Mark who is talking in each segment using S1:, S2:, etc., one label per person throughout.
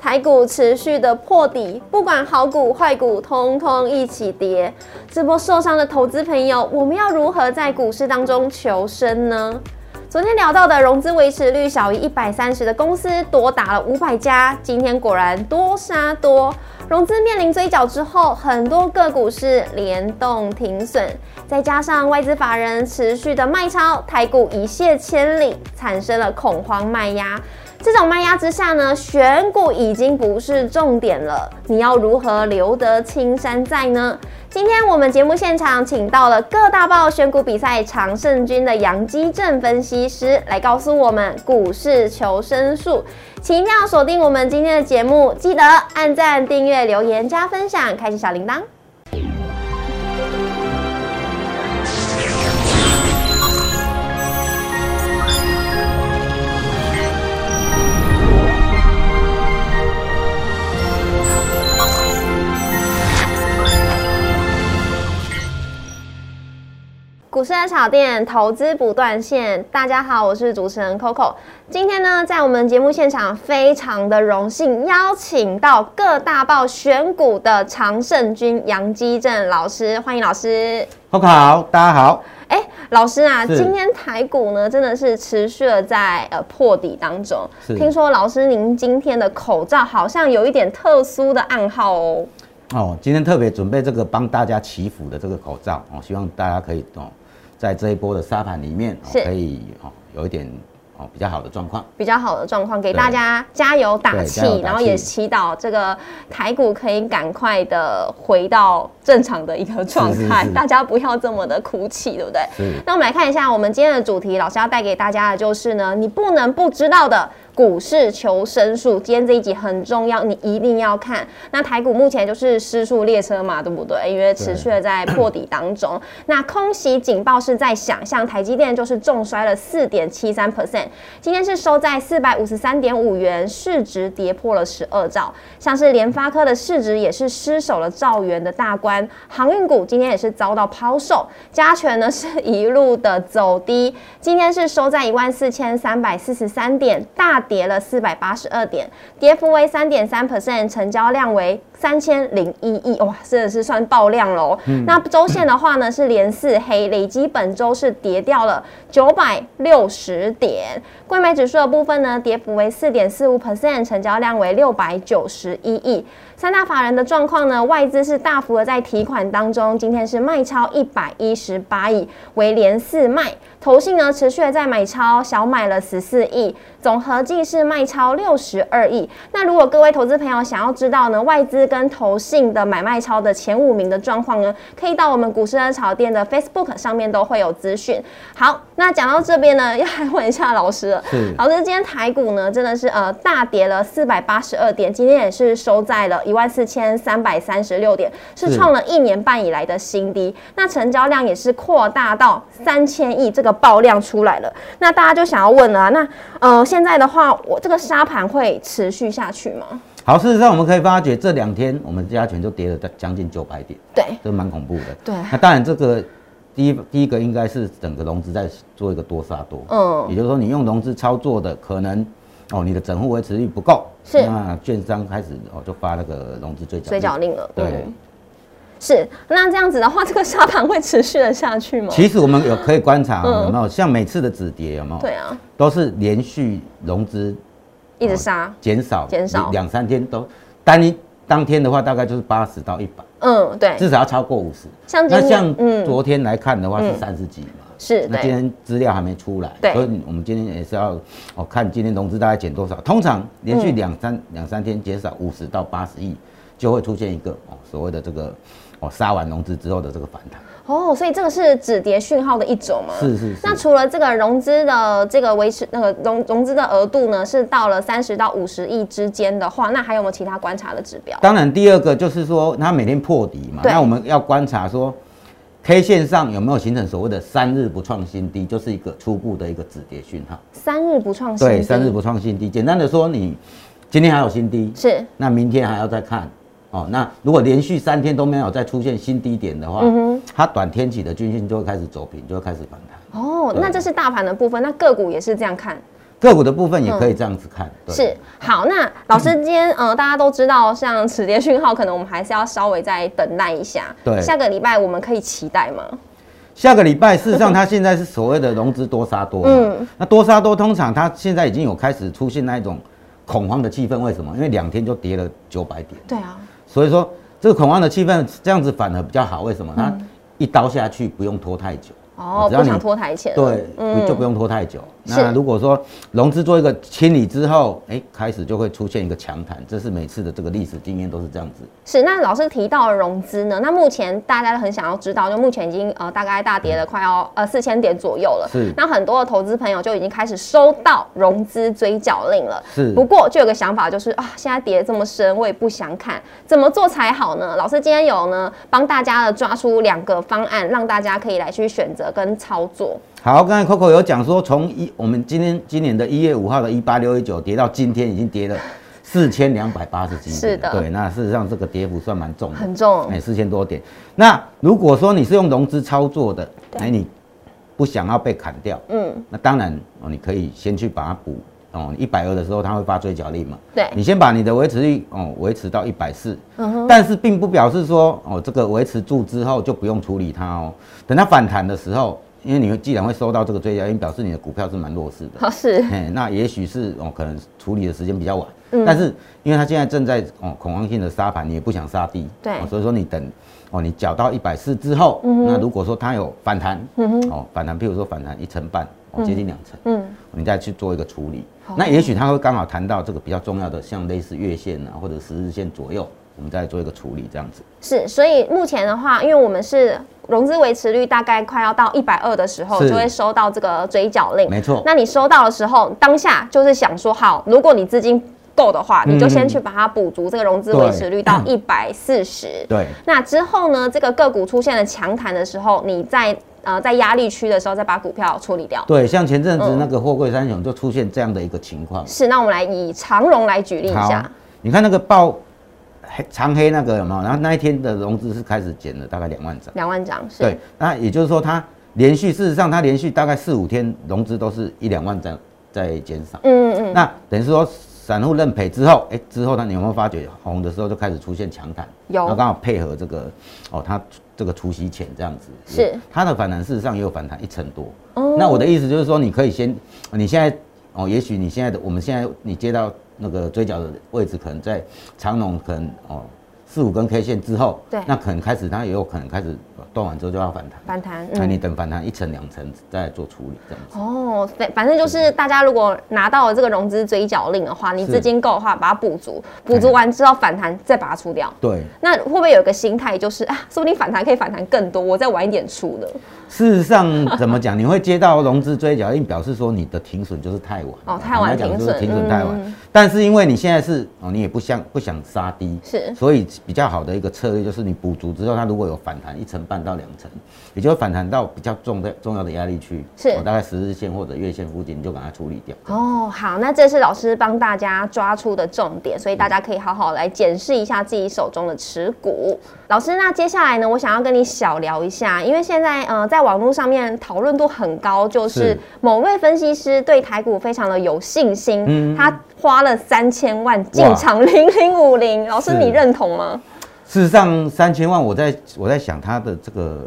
S1: 台股持续的破底，不管好股坏股，通通一起跌。这波受伤的投资朋友，我们要如何在股市当中求生呢？昨天聊到的融资维持率小于一百三十的公司，多打了五百家，今天果然多杀多。融资面临追缴之后，很多个股是联动停损，再加上外资法人持续的卖超，台股一泻千里，产生了恐慌卖压。这种卖压之下呢，选股已经不是重点了，你要如何留得青山在呢？今天我们节目现场请到了各大报选股比赛常胜军的杨基正分析师来告诉我们股市求生术，请一定要锁定我们今天的节目，记得按赞、订阅、留言、加分享，开启小铃铛。股市的炒店，投资不断线。大家好，我是主持人 Coco。今天呢，在我们节目现场，非常的荣幸邀请到各大报选股的常胜军杨基正老师，欢迎老师。
S2: 空口好，大家好。
S1: 哎、老师啊，
S2: 是
S1: 今天台股呢真的是持续的在呃破底当中。
S2: 是
S1: 听说老师您今天的口罩好像有一点特殊的暗号哦。
S2: 哦，今天特别准备这个帮大家祈福的这个口罩哦，希望大家可以哦，在这一波的沙盘里面、哦
S1: 是、
S2: 可以哦有一点哦比较好的状况。
S1: 比较好的状况，给
S2: 对
S1: 大家加油打
S2: 对
S1: 气
S2: 加油打，气
S1: 然后也祈祷这个台股可以赶快的回到正常的一个状态
S2: 是，是
S1: 大家不要这么的哭泣，对不对？
S2: 是
S1: 那我们来看一下我们今天的主题，老师要带给大家的就是呢，你不能不知道的股市求生术。今天这一集很重要，你一定要看。那台股目前就是失速列车嘛，对不对？因为持续的在破底当中。那空袭警报是在响，像台积电就是重摔了四点七三 percent，今天是收在四百五十三点五元，市值跌破了十二兆。像是联发科的市值也是失守了兆元的大关，航运股今天也是遭到抛售，加权呢是一路的走低，今天是收在一万四千三百四十三点，大跌了四百八十二点，跌幅为三点三 percent，成交量为三千零一亿，哇，真的是算爆量喽。那周线的话呢是连四黑，累积本周是跌掉了九百六十点。贵买指数的部分呢，跌幅为四点四五 percent，成交量为六百九十一亿。三大法人的状况呢，外资是大幅的在提款当中，今天是卖超一百一十八亿，为连四卖。投信呢持续的在买超，小买了十四亿，总合计是卖超六十二亿。那如果各位投资朋友想要知道呢，外资跟投信的买卖超的前五名的状况呢，可以到我们股市的炒店的 Facebook 上面都会有资讯。好，那讲到这边呢，要来问一下老师了。
S2: 是
S1: 老师，今天台股呢真的是呃大跌了四百八十二点，今天也是收在了一万四千三百三十六点，是
S2: 是
S1: 创了一年半以来的新低。那成交量也是扩大到三千亿，这个爆量出来了。那大家就想要问了啊、那呃现在的话，我这个沙盘会持续下去吗？
S2: 好，事实上我们可以发觉这两天我们加权就跌了将近九百点，
S1: 对
S2: 这蛮恐怖的。
S1: 对
S2: 那当然这个。第一，第一个应该是整个融资在做一个多杀多，
S1: 嗯
S2: 也就是说你用融资操作的，可能哦你的整户维持率不够，
S1: 是
S2: 那券商开始哦就发那个融资追缴
S1: 水
S2: 令
S1: 饺令了，
S2: 对，
S1: 嗯是。那这样子的话，这个沙盘会持续的下去吗？
S2: 其实我们有可以观察、
S1: 嗯
S2: 有没有像每次的止跌有没有？
S1: 对，啊，
S2: 都是连续融资
S1: 一直杀，
S2: 减少，
S1: 减少
S2: 两三天都单一当天的话，大概就是八十到一百，
S1: 嗯，对，
S2: 至少要超过五十。
S1: 像今
S2: 那
S1: 天
S2: 像
S1: 嗯
S2: 昨天来看的话是
S1: 嗯
S2: 三十几嘛，
S1: 是
S2: 那
S1: 对，
S2: 今天资料还没出来，
S1: 对
S2: 所以我们今天也是要哦看今天融资大概减多少。通常连
S1: 嗯
S2: 续两三两、三天减少五十到八十亿，就会出现一个哦所谓的这个哦杀完融资之后的这个反弹。
S1: 哦，所以这个是止跌讯号的一种吗？
S2: 是是是。
S1: 那除了这个融资的这个维持那个融融资的额度呢，是到了三十到五十亿之间的话，那还有没有其他观察的指标？
S2: 当然，第二个就是说，它每天破底嘛，
S1: 对
S2: 那我们要观察说，K 线上有没有形成所谓的三日不创新低，就是一个初步的一个止跌讯号。
S1: 三日不创新低，
S2: 对，三日不创新低，简单的说，你今天还有新低，
S1: 是
S2: 那明天还要再看。哦，那如果连续三天都没有再出现新低点的
S1: 嗯
S2: 话，它短天期的均线就会开始走平，就会开始反弹。
S1: 哦，
S2: 对
S1: 那这是大盘的部分，那个股也是这样看，
S2: 个股的部分也可以这样子看。对
S1: 是，好，那老师今天呃，大家都知道，像磁碟讯号，可能我们还是要稍微再等待一下。
S2: 对
S1: 下个礼拜我们可以期待吗？
S2: 下个礼拜，事实上它现在是所谓的融资多杀多。
S1: 嗯
S2: 嗯，那多杀多通常它现在已经有开始出现那一种恐慌的气氛，为什么？因为两天就跌了九百点，
S1: 对啊，
S2: 所以说这个恐慌的气氛这样子反而比较好。为什么？它一刀下去不用拖太久。
S1: 哦，
S2: 只要
S1: 不
S2: 你
S1: 想拖台前。
S2: 对，不就不用拖太久。
S1: 是
S2: 那如果说融资做一个清理之后，哎、开始就会出现一个强弹，这是每次的这个历史经验都是这样子。
S1: 是，那老师提到了融资呢，那目前大家都很想要知道，就目前已经呃大概大跌了快要呃四千点左右了，
S2: 嗯是
S1: 那很多的投资朋友就已经开始收到融资追缴令了，
S2: 是
S1: 不过就有个想法就是啊，现在跌这么深，我也不想看，怎么做才好呢？老师今天有呢帮大家的抓出两个方案，让大家可以来去选择跟操作。
S2: 好，刚才 Coco 有讲说，从一我们今天今年的一月五号的一八六一九跌到今天，已经跌了四千两百八十几点。
S1: 是的
S2: 对，那事实上这个跌幅算蛮重的，
S1: 很重
S2: 哎、四千多点。那如果说你是用融资操作的，哎、你不想要被砍掉，
S1: 嗯，
S2: 那当然哦，你可以先去把它补哦，一百二的时候它会发追缴令嘛，
S1: 对
S2: 你先把你的维持率哦维持到一百四，但是并不表示说哦这个维持住之后就不用处理它哦，等它反弹的时候，因为你会既然会收到这个追缴令，表示你的股票是蛮弱势的。
S1: 好是
S2: 嘿，那也许是哦，可能处理的时间比较晚，
S1: 嗯
S2: 但是因为它现在正在哦恐慌性的杀盘，你也不想杀低，
S1: 对嗯
S2: 哦所以说你等哦，你缴到一百四之后，那如果说它有反弹，哦反弹，譬如说反弹一成半，哦接近两成，
S1: 嗯
S2: 你再去做一个处理，那也许它会刚好谈到这个比较重要的，像类似月线啊或者十日线左右，我们再做一个处理这样子。
S1: 是，所以目前的话，因为我们是融资维持率大概快要到一百二的时候，
S2: 是
S1: 就会收到这个追缴令。
S2: 没错
S1: 那你收到的时候，当下就是想说，好，如果你资金够的话，你就先去把它补足这个融资维持率到一百四十。
S2: 对，
S1: 那之后呢，这个个股出现了强弹的时候，你在呃在压力区的时候，再把股票处理掉。
S2: 对，像前阵子
S1: 嗯
S2: 那个货柜三雄就出现这样的一个情况，
S1: 是，那我们来以长荣来举例一下。
S2: 你看那个报黑长黑那个有没有？然后那一天的融资是开始减了大概两万张。
S1: 两万张是
S2: 对，那也就是说它连续，事实上它连续大概四五天融资都是一两万张在减少。
S1: 嗯嗯嗯，
S2: 那等于是说散户认赔之后，哎、之后它你有没有发觉红的时候就开始出现强弹？
S1: 有
S2: 然后刚好配合这个哦，它这个除息前这样子。
S1: 是哦
S2: 也它的反弹，事实上也有反弹一成多。那我的意思就是说，你可以先，你现在哦，也许你现在的我们现在你接到那个追缴的位置，可能在长龙可能哦四五根 K 线之后，
S1: 对
S2: 那可能开始它也有可能开始呃断完之后就要反弹。
S1: 反弹。嗯
S2: 那你等反弹一层两层再做处理，这样子。
S1: 哦，反反正就是大家如果拿到了这个融资追缴令的话，你
S2: 是
S1: 资金够的话，把它补足，补足完之后反弹再把它出掉。
S2: 对，
S1: 那会不会有一个心态就是啊，说不定反弹可以反弹更多，我再晚一点出呢？
S2: 事实上，怎么讲？你会接到融资追缴令，表示说你的停损就是太晚
S1: 哦太晚
S2: 坦白讲
S1: 停
S2: 就是
S1: 损
S2: 停损太晚。
S1: 嗯
S2: 但是因为你现在是哦，你也不想不想杀低，
S1: 是
S2: 所以比较好的一个策略就是你补足之后，它如果有反弹一成半到两成，也就是反弹到比较重的重要的压力区，
S1: 是
S2: 哦大概十日线或者月线附近，你就把它处理掉。
S1: 哦，好，那这是老师帮大家抓出的重点，所以大家可以好好来检视一下自己手中的持股。老师，那接下来呢，我想要跟你小聊一下，因为现在呃，在网络上面讨论度很高，就是
S2: 是
S1: 某位分析师对台股非常的有信心，
S2: 嗯
S1: 他花了三千万进场零零五零，老师
S2: 是
S1: 你认同吗？
S2: 事实上，三千万，我在我在想，他的这个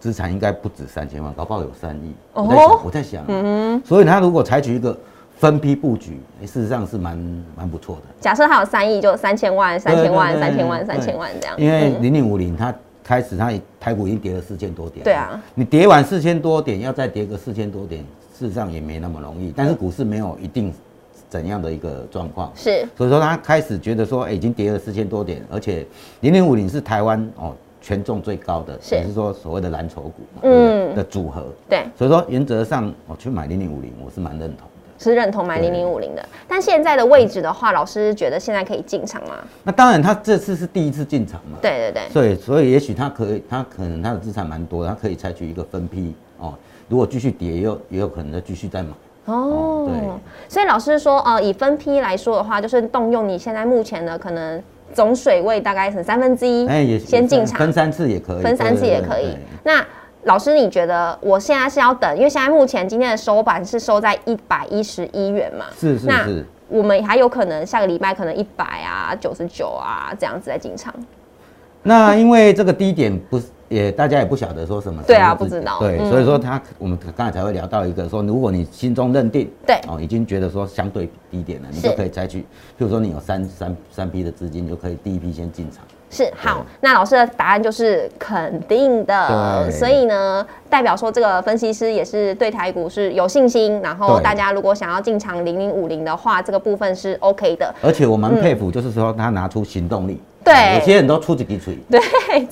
S2: 资产应该不止三千万，搞不好有三亿。我
S1: 哦
S2: 在
S1: 嗯
S2: 想，我在想，啊所以他如果采取一个分批布局，诶事实上是蛮蛮不错的。
S1: 假设他有三亿，就三千万、三千万、
S2: 对
S1: 三
S2: 对对
S1: 千万、
S2: 对
S1: 三千万这样，
S2: 因为
S1: 嗯
S2: 零零五零它开始它台股已经跌了四千多点，
S1: 对啊，
S2: 你跌完四千多点，要再跌个四千多点，事实上也没那么容易。但是股市没有一定怎样的一个状况，
S1: 是
S2: 所以说他开始觉得说，哎、已经跌了四千多点，而且零零五零是台湾哦权重最高的，
S1: 是
S2: 也是说所谓的蓝筹股嘛，
S1: 嗯
S2: 嗯的组合。
S1: 对。
S2: 所以说原则上我、哦去买零零五零，我是蛮认同的。
S1: 是认同买零
S2: 对
S1: 零五零的，但现在的位置的话，老师觉得现在可以进场吗？
S2: 那当然，他这次是第一次进场嘛，
S1: 对对对，
S2: 所以所以也许他可以，他可能他的资产蛮多的，他可以采取一个分批哦，如果继续跌，也有也有可能再继续再买。
S1: 哦
S2: 哦对，
S1: 所以老师说，呃，以分批来说的话，就是动用你现在目前的可能总水位大概是三分之一
S2: 哎、也，
S1: 嗯先进
S2: 分
S1: 场，
S2: 三次也可以，
S1: 分三次
S2: 对
S1: 也
S2: 对
S1: 可以
S2: 对。
S1: 那老师，你觉得我现在是要等？因为现在目前今天的收盘是收在一百一十一元嘛，
S2: 是是
S1: 那
S2: 是，
S1: 我们还有可能下个礼拜可能一百啊、九十九啊这样子来进场。
S2: 那因为这个低点不是也大家也不晓得说什么时候
S1: 对啊
S2: 是
S1: 不知道
S2: 对，
S1: 嗯
S2: 所以说他我们刚才才会聊到一个说，如果你心中认定
S1: 对
S2: 哦已经觉得说相对低点了，你
S1: 是
S2: 就可以采取，譬如说你有三三三批的资金，你就可以第一批先进场。
S1: 是好，那老师的答案就是肯定的，
S2: 对
S1: 所以呢，代表说这个分析师也是对台股是有信心，然后
S2: 对
S1: 大家如果想要进场零零五零的话，这个部分是 OK 的，
S2: 而且我蛮佩服，就是说他拿出行动力。
S1: 对
S2: 哦有些人都出自己嘴。
S1: 对，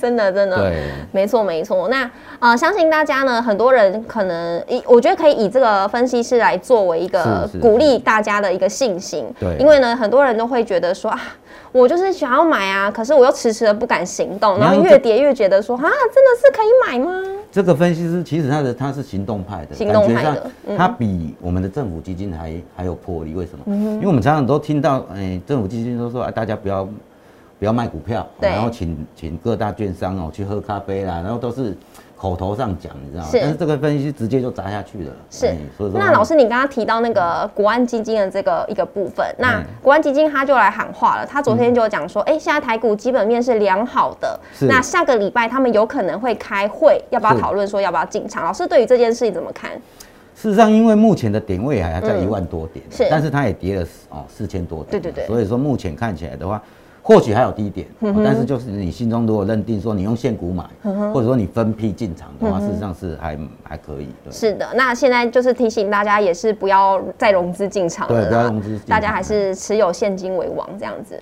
S1: 真的真的，
S2: 对，
S1: 没错没错。那呃，相信大家呢，很多人可能以我觉得可以以这个分析师来作为一个
S2: 是是
S1: 鼓励大家的一个信心，
S2: 对
S1: 因为呢，很多人都会觉得说啊。我就是想要买啊，可是我又迟迟的不敢行动，然后
S2: 你要
S1: 越跌越觉得说啊，真的是可以买吗？
S2: 这个分析师其实他的他是行动派的，
S1: 行动派的嗯
S2: 感觉上他比我们的政府基金还还有魄力。为什么？
S1: 嗯
S2: 因为我们常常都听到，哎、政府基金都说啊，大家不要不要卖股票，
S1: 对
S2: 然后请请各大券商哦去喝咖啡啦，然后都是口头上讲，你知道吗？
S1: 是
S2: 但是这个分析师直接就砸下去了。
S1: 是
S2: 哎所以说
S1: 那老师，你刚刚提到那个国安基金的这个一个部分，那
S2: 嗯
S1: 国安基金他就来喊话了，他昨天就讲说，哎、现在台股基本面是良好的，
S2: 是
S1: 那下个礼拜他们有可能会开会，要不要
S2: 是
S1: 讨论说要不要进场？老师对于这件事情怎么看？
S2: 事实上，因为目前的点位还还在一万多点，
S1: 嗯
S2: 啊
S1: 是
S2: 但是它也跌了哦四千多点，
S1: 对对对嗯
S2: 所以说目前看起来的话，或许还有低点、哦但是就是你心中如果认定说你用现股买，或者说你分批进场的话，事实上是还还可以，对，
S1: 是的，那现在就是提醒大家，也是不要再融资进场了啦，
S2: 对不要融资进场
S1: 大家还是持有现金为王这样子。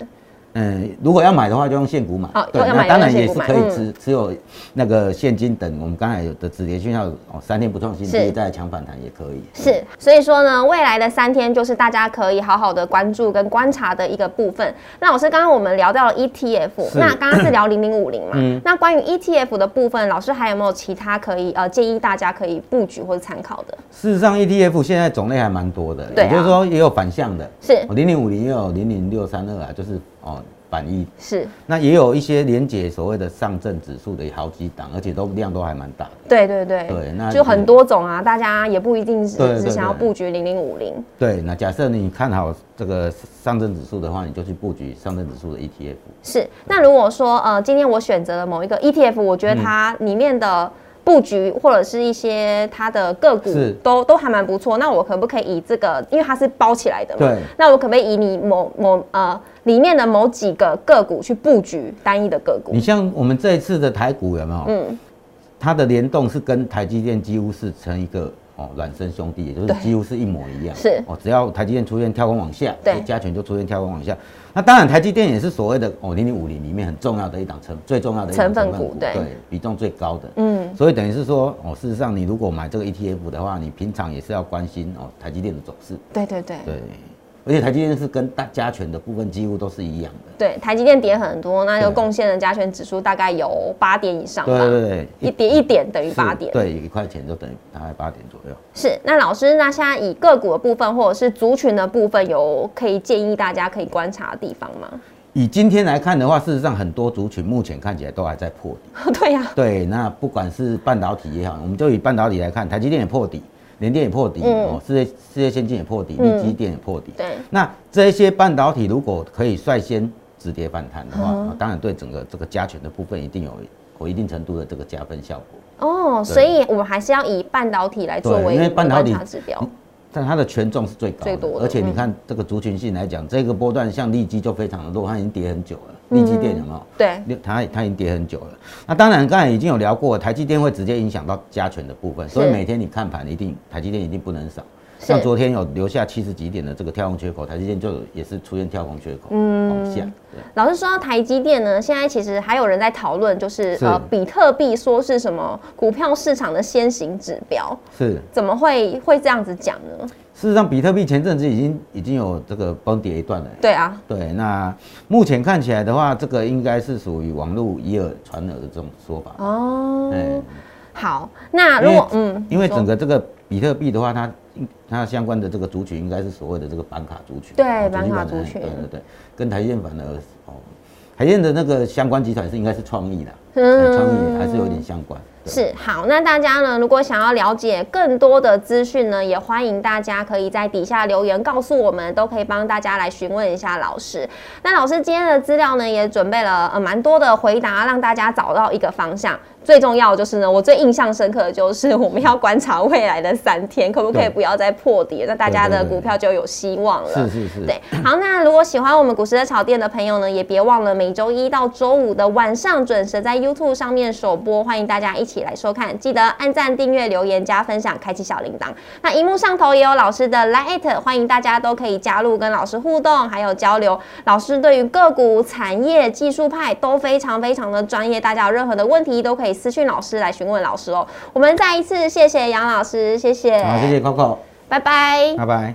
S2: 嗯，如果要买的话就用现股买
S1: 好，
S2: 对，
S1: 哦要买
S2: 那
S1: 就
S2: 当
S1: 用
S2: 然
S1: 现
S2: 也
S1: 股
S2: 是
S1: 买嗯
S2: 可以持持有那个现金等我们刚才有的止跌讯号，哦三天不创新
S1: 是
S2: 低再强反弹也可以，对
S1: 是，所以说呢，未来的三天就是大家可以好好的关注跟观察的一个部分。那老师，刚刚我们聊到了 ETF，
S2: 是嗯
S1: 那刚刚是聊零零五零嘛？那关于 ETF 的部分，老师还有没有其他可以呃建议大家可以布局或者参考的？
S2: 事实上，ETF 现在种类还蛮多的，
S1: 对啊
S2: 也就是说也有反向的，
S1: 是
S2: 哦零零五零也有零零六三二啊，就是哦反一，
S1: 是，
S2: 那也有一些连接所谓的上证指数的好几档，而且都量都还蛮大的。
S1: 对对对，
S2: 对那
S1: 就很多种啊，大家也不一定只
S2: 对对
S1: 只想要
S2: 对
S1: 布局零零五零。
S2: 对，那假设你看好这个上证指数的话，你就去布局上证指数的 E ETF。
S1: 是，那如果说呃，今天我选择了某一个 ETF，我
S2: 嗯
S1: 觉得它里面的布局或者是一些它的个股
S2: 是
S1: 都都还蛮不错，那我可不可以以这个，因为它是包起来的嘛，
S2: 对
S1: 那我可不可以以你某某呃里面的某几个个股去布局单一的个股
S2: 你？像我们这一次的台股有没有？嗯，它的联动是跟台积电几乎是成一个哦孪生兄弟，也就是
S1: 对
S2: 几乎是一模一样。
S1: 是
S2: 哦，只要台积电出现跳空往下，哎
S1: 对
S2: 加权就出现跳空往下。那当然，台积电也是所谓的哦零零五零里面很重要的一档成最重要的一档
S1: 成分股对
S2: 对比重最高的。
S1: 嗯，
S2: 所以等于是说，哦，事实上你如果买这个 ETF 的话，你平常也是要关心哦台积电的走势，
S1: 对对对。
S2: 对，而且台积电是跟大加权的部分几乎都是一样的，
S1: 对，台积电跌很多，那就
S2: 对
S1: 贡献了加权指数大概有八点以上吧，
S2: 对对对
S1: 一跌一点等于
S2: 是
S1: 八点，
S2: 对，一块钱就等于大概八点左右。
S1: 是，那老师，那现在以个股的部分或者是族群的部分，有可以建议大家可以观察的地方吗？
S2: 以今天来看的话，事实上很多族群目前看起来都还在破底。
S1: 对呀、
S2: 对，那不管是半导体也好，我们就以半导体来看，台积电也破底，联电也破底，哦，世界世界先进也破底，
S1: 嗯
S2: 力基电也破底。
S1: 对
S2: 那这些半导体如果可以率先止跌反弹的话，
S1: 嗯
S2: 哦当然对整个这个加权的部分一定有有一定程度的这个加分效果。
S1: 哦，所以我们还是要以半导体来作
S2: 对
S1: 为
S2: 因为
S1: 一个
S2: 半导
S1: 观
S2: 体嗯
S1: 察指标。
S2: 但它的权重是最高的，
S1: 最多的嗯
S2: 而且你看这个族群性来讲，这个波段像利基就非常的弱，它已经跌很久了。
S1: 嗯
S2: 利基电有没有？
S1: 对，
S2: 六它它已经跌很久了。那当然，刚才已经有聊过，台积电会直接影响到加权的部分，所以
S1: 是
S2: 每天你看盘一定台积电一定不能少。
S1: 是
S2: 像昨天有留下七十几点的这个跳空缺口，台积电就有也是出现跳空缺口，
S1: 嗯
S2: 往下。对
S1: 老师说到台积电呢，现在其实还有人在讨论，就是
S2: 是
S1: 呃，比特币说是什么股票市场的先行指标，
S2: 是，
S1: 怎么会会这样子讲呢？
S2: 事实上，比特币前阵子已经已经有这个崩跌一段了。
S1: 对啊，
S2: 对，那目前看起来的话，这个应该是属于网络以耳传耳的这种说法。
S1: 哦，
S2: 嗯，
S1: 好，那
S2: 因
S1: 如
S2: 为
S1: 果嗯，
S2: 因为整
S1: 个
S2: 个这个比特币的话，它它相关的这个族群应该是所谓的这个板卡族群，
S1: 对
S2: 哦
S1: 板卡
S2: 主机板
S1: 族
S2: 的
S1: 群
S2: 对对对，跟台积电反而哦，台积电的那个相关集团是应该是创意啦，
S1: 嗯
S2: 嗯，创意还是有点相关，
S1: 是好，那大家呢，如果想要了解更多的资讯呢，也欢迎大家可以在底下留言告诉我们，都可以帮大家来询问一下老师。那老师今天的资料呢，也准备了呃蛮多的回答，让大家找到一个方向。最重要的就是呢，我最印象深刻的就是我们要观察未来的三天，可不可以
S2: 对
S1: 不要再破底？那大家的股票就有希望了。
S2: 是是是，
S1: 对，好，那如果喜欢我们股市的炒店的朋友呢，也别忘了每周一到周五的晚上准时在 YouTube 上面首播，欢迎大家一起来收看。记得按赞、订阅、留言、加分享、开启小铃铛。那荧幕上头也有老师的 Lite，欢迎大家都可以加入跟老师互动，还有交流。老师对于个股、产业、技术派都非常非常的专业，大家有任何的问题都可以私讯老师来询问老师哦。我们再一次谢谢杨老师，谢谢，
S2: 好，谢谢 Coco，
S1: 拜拜。
S2: 拜拜。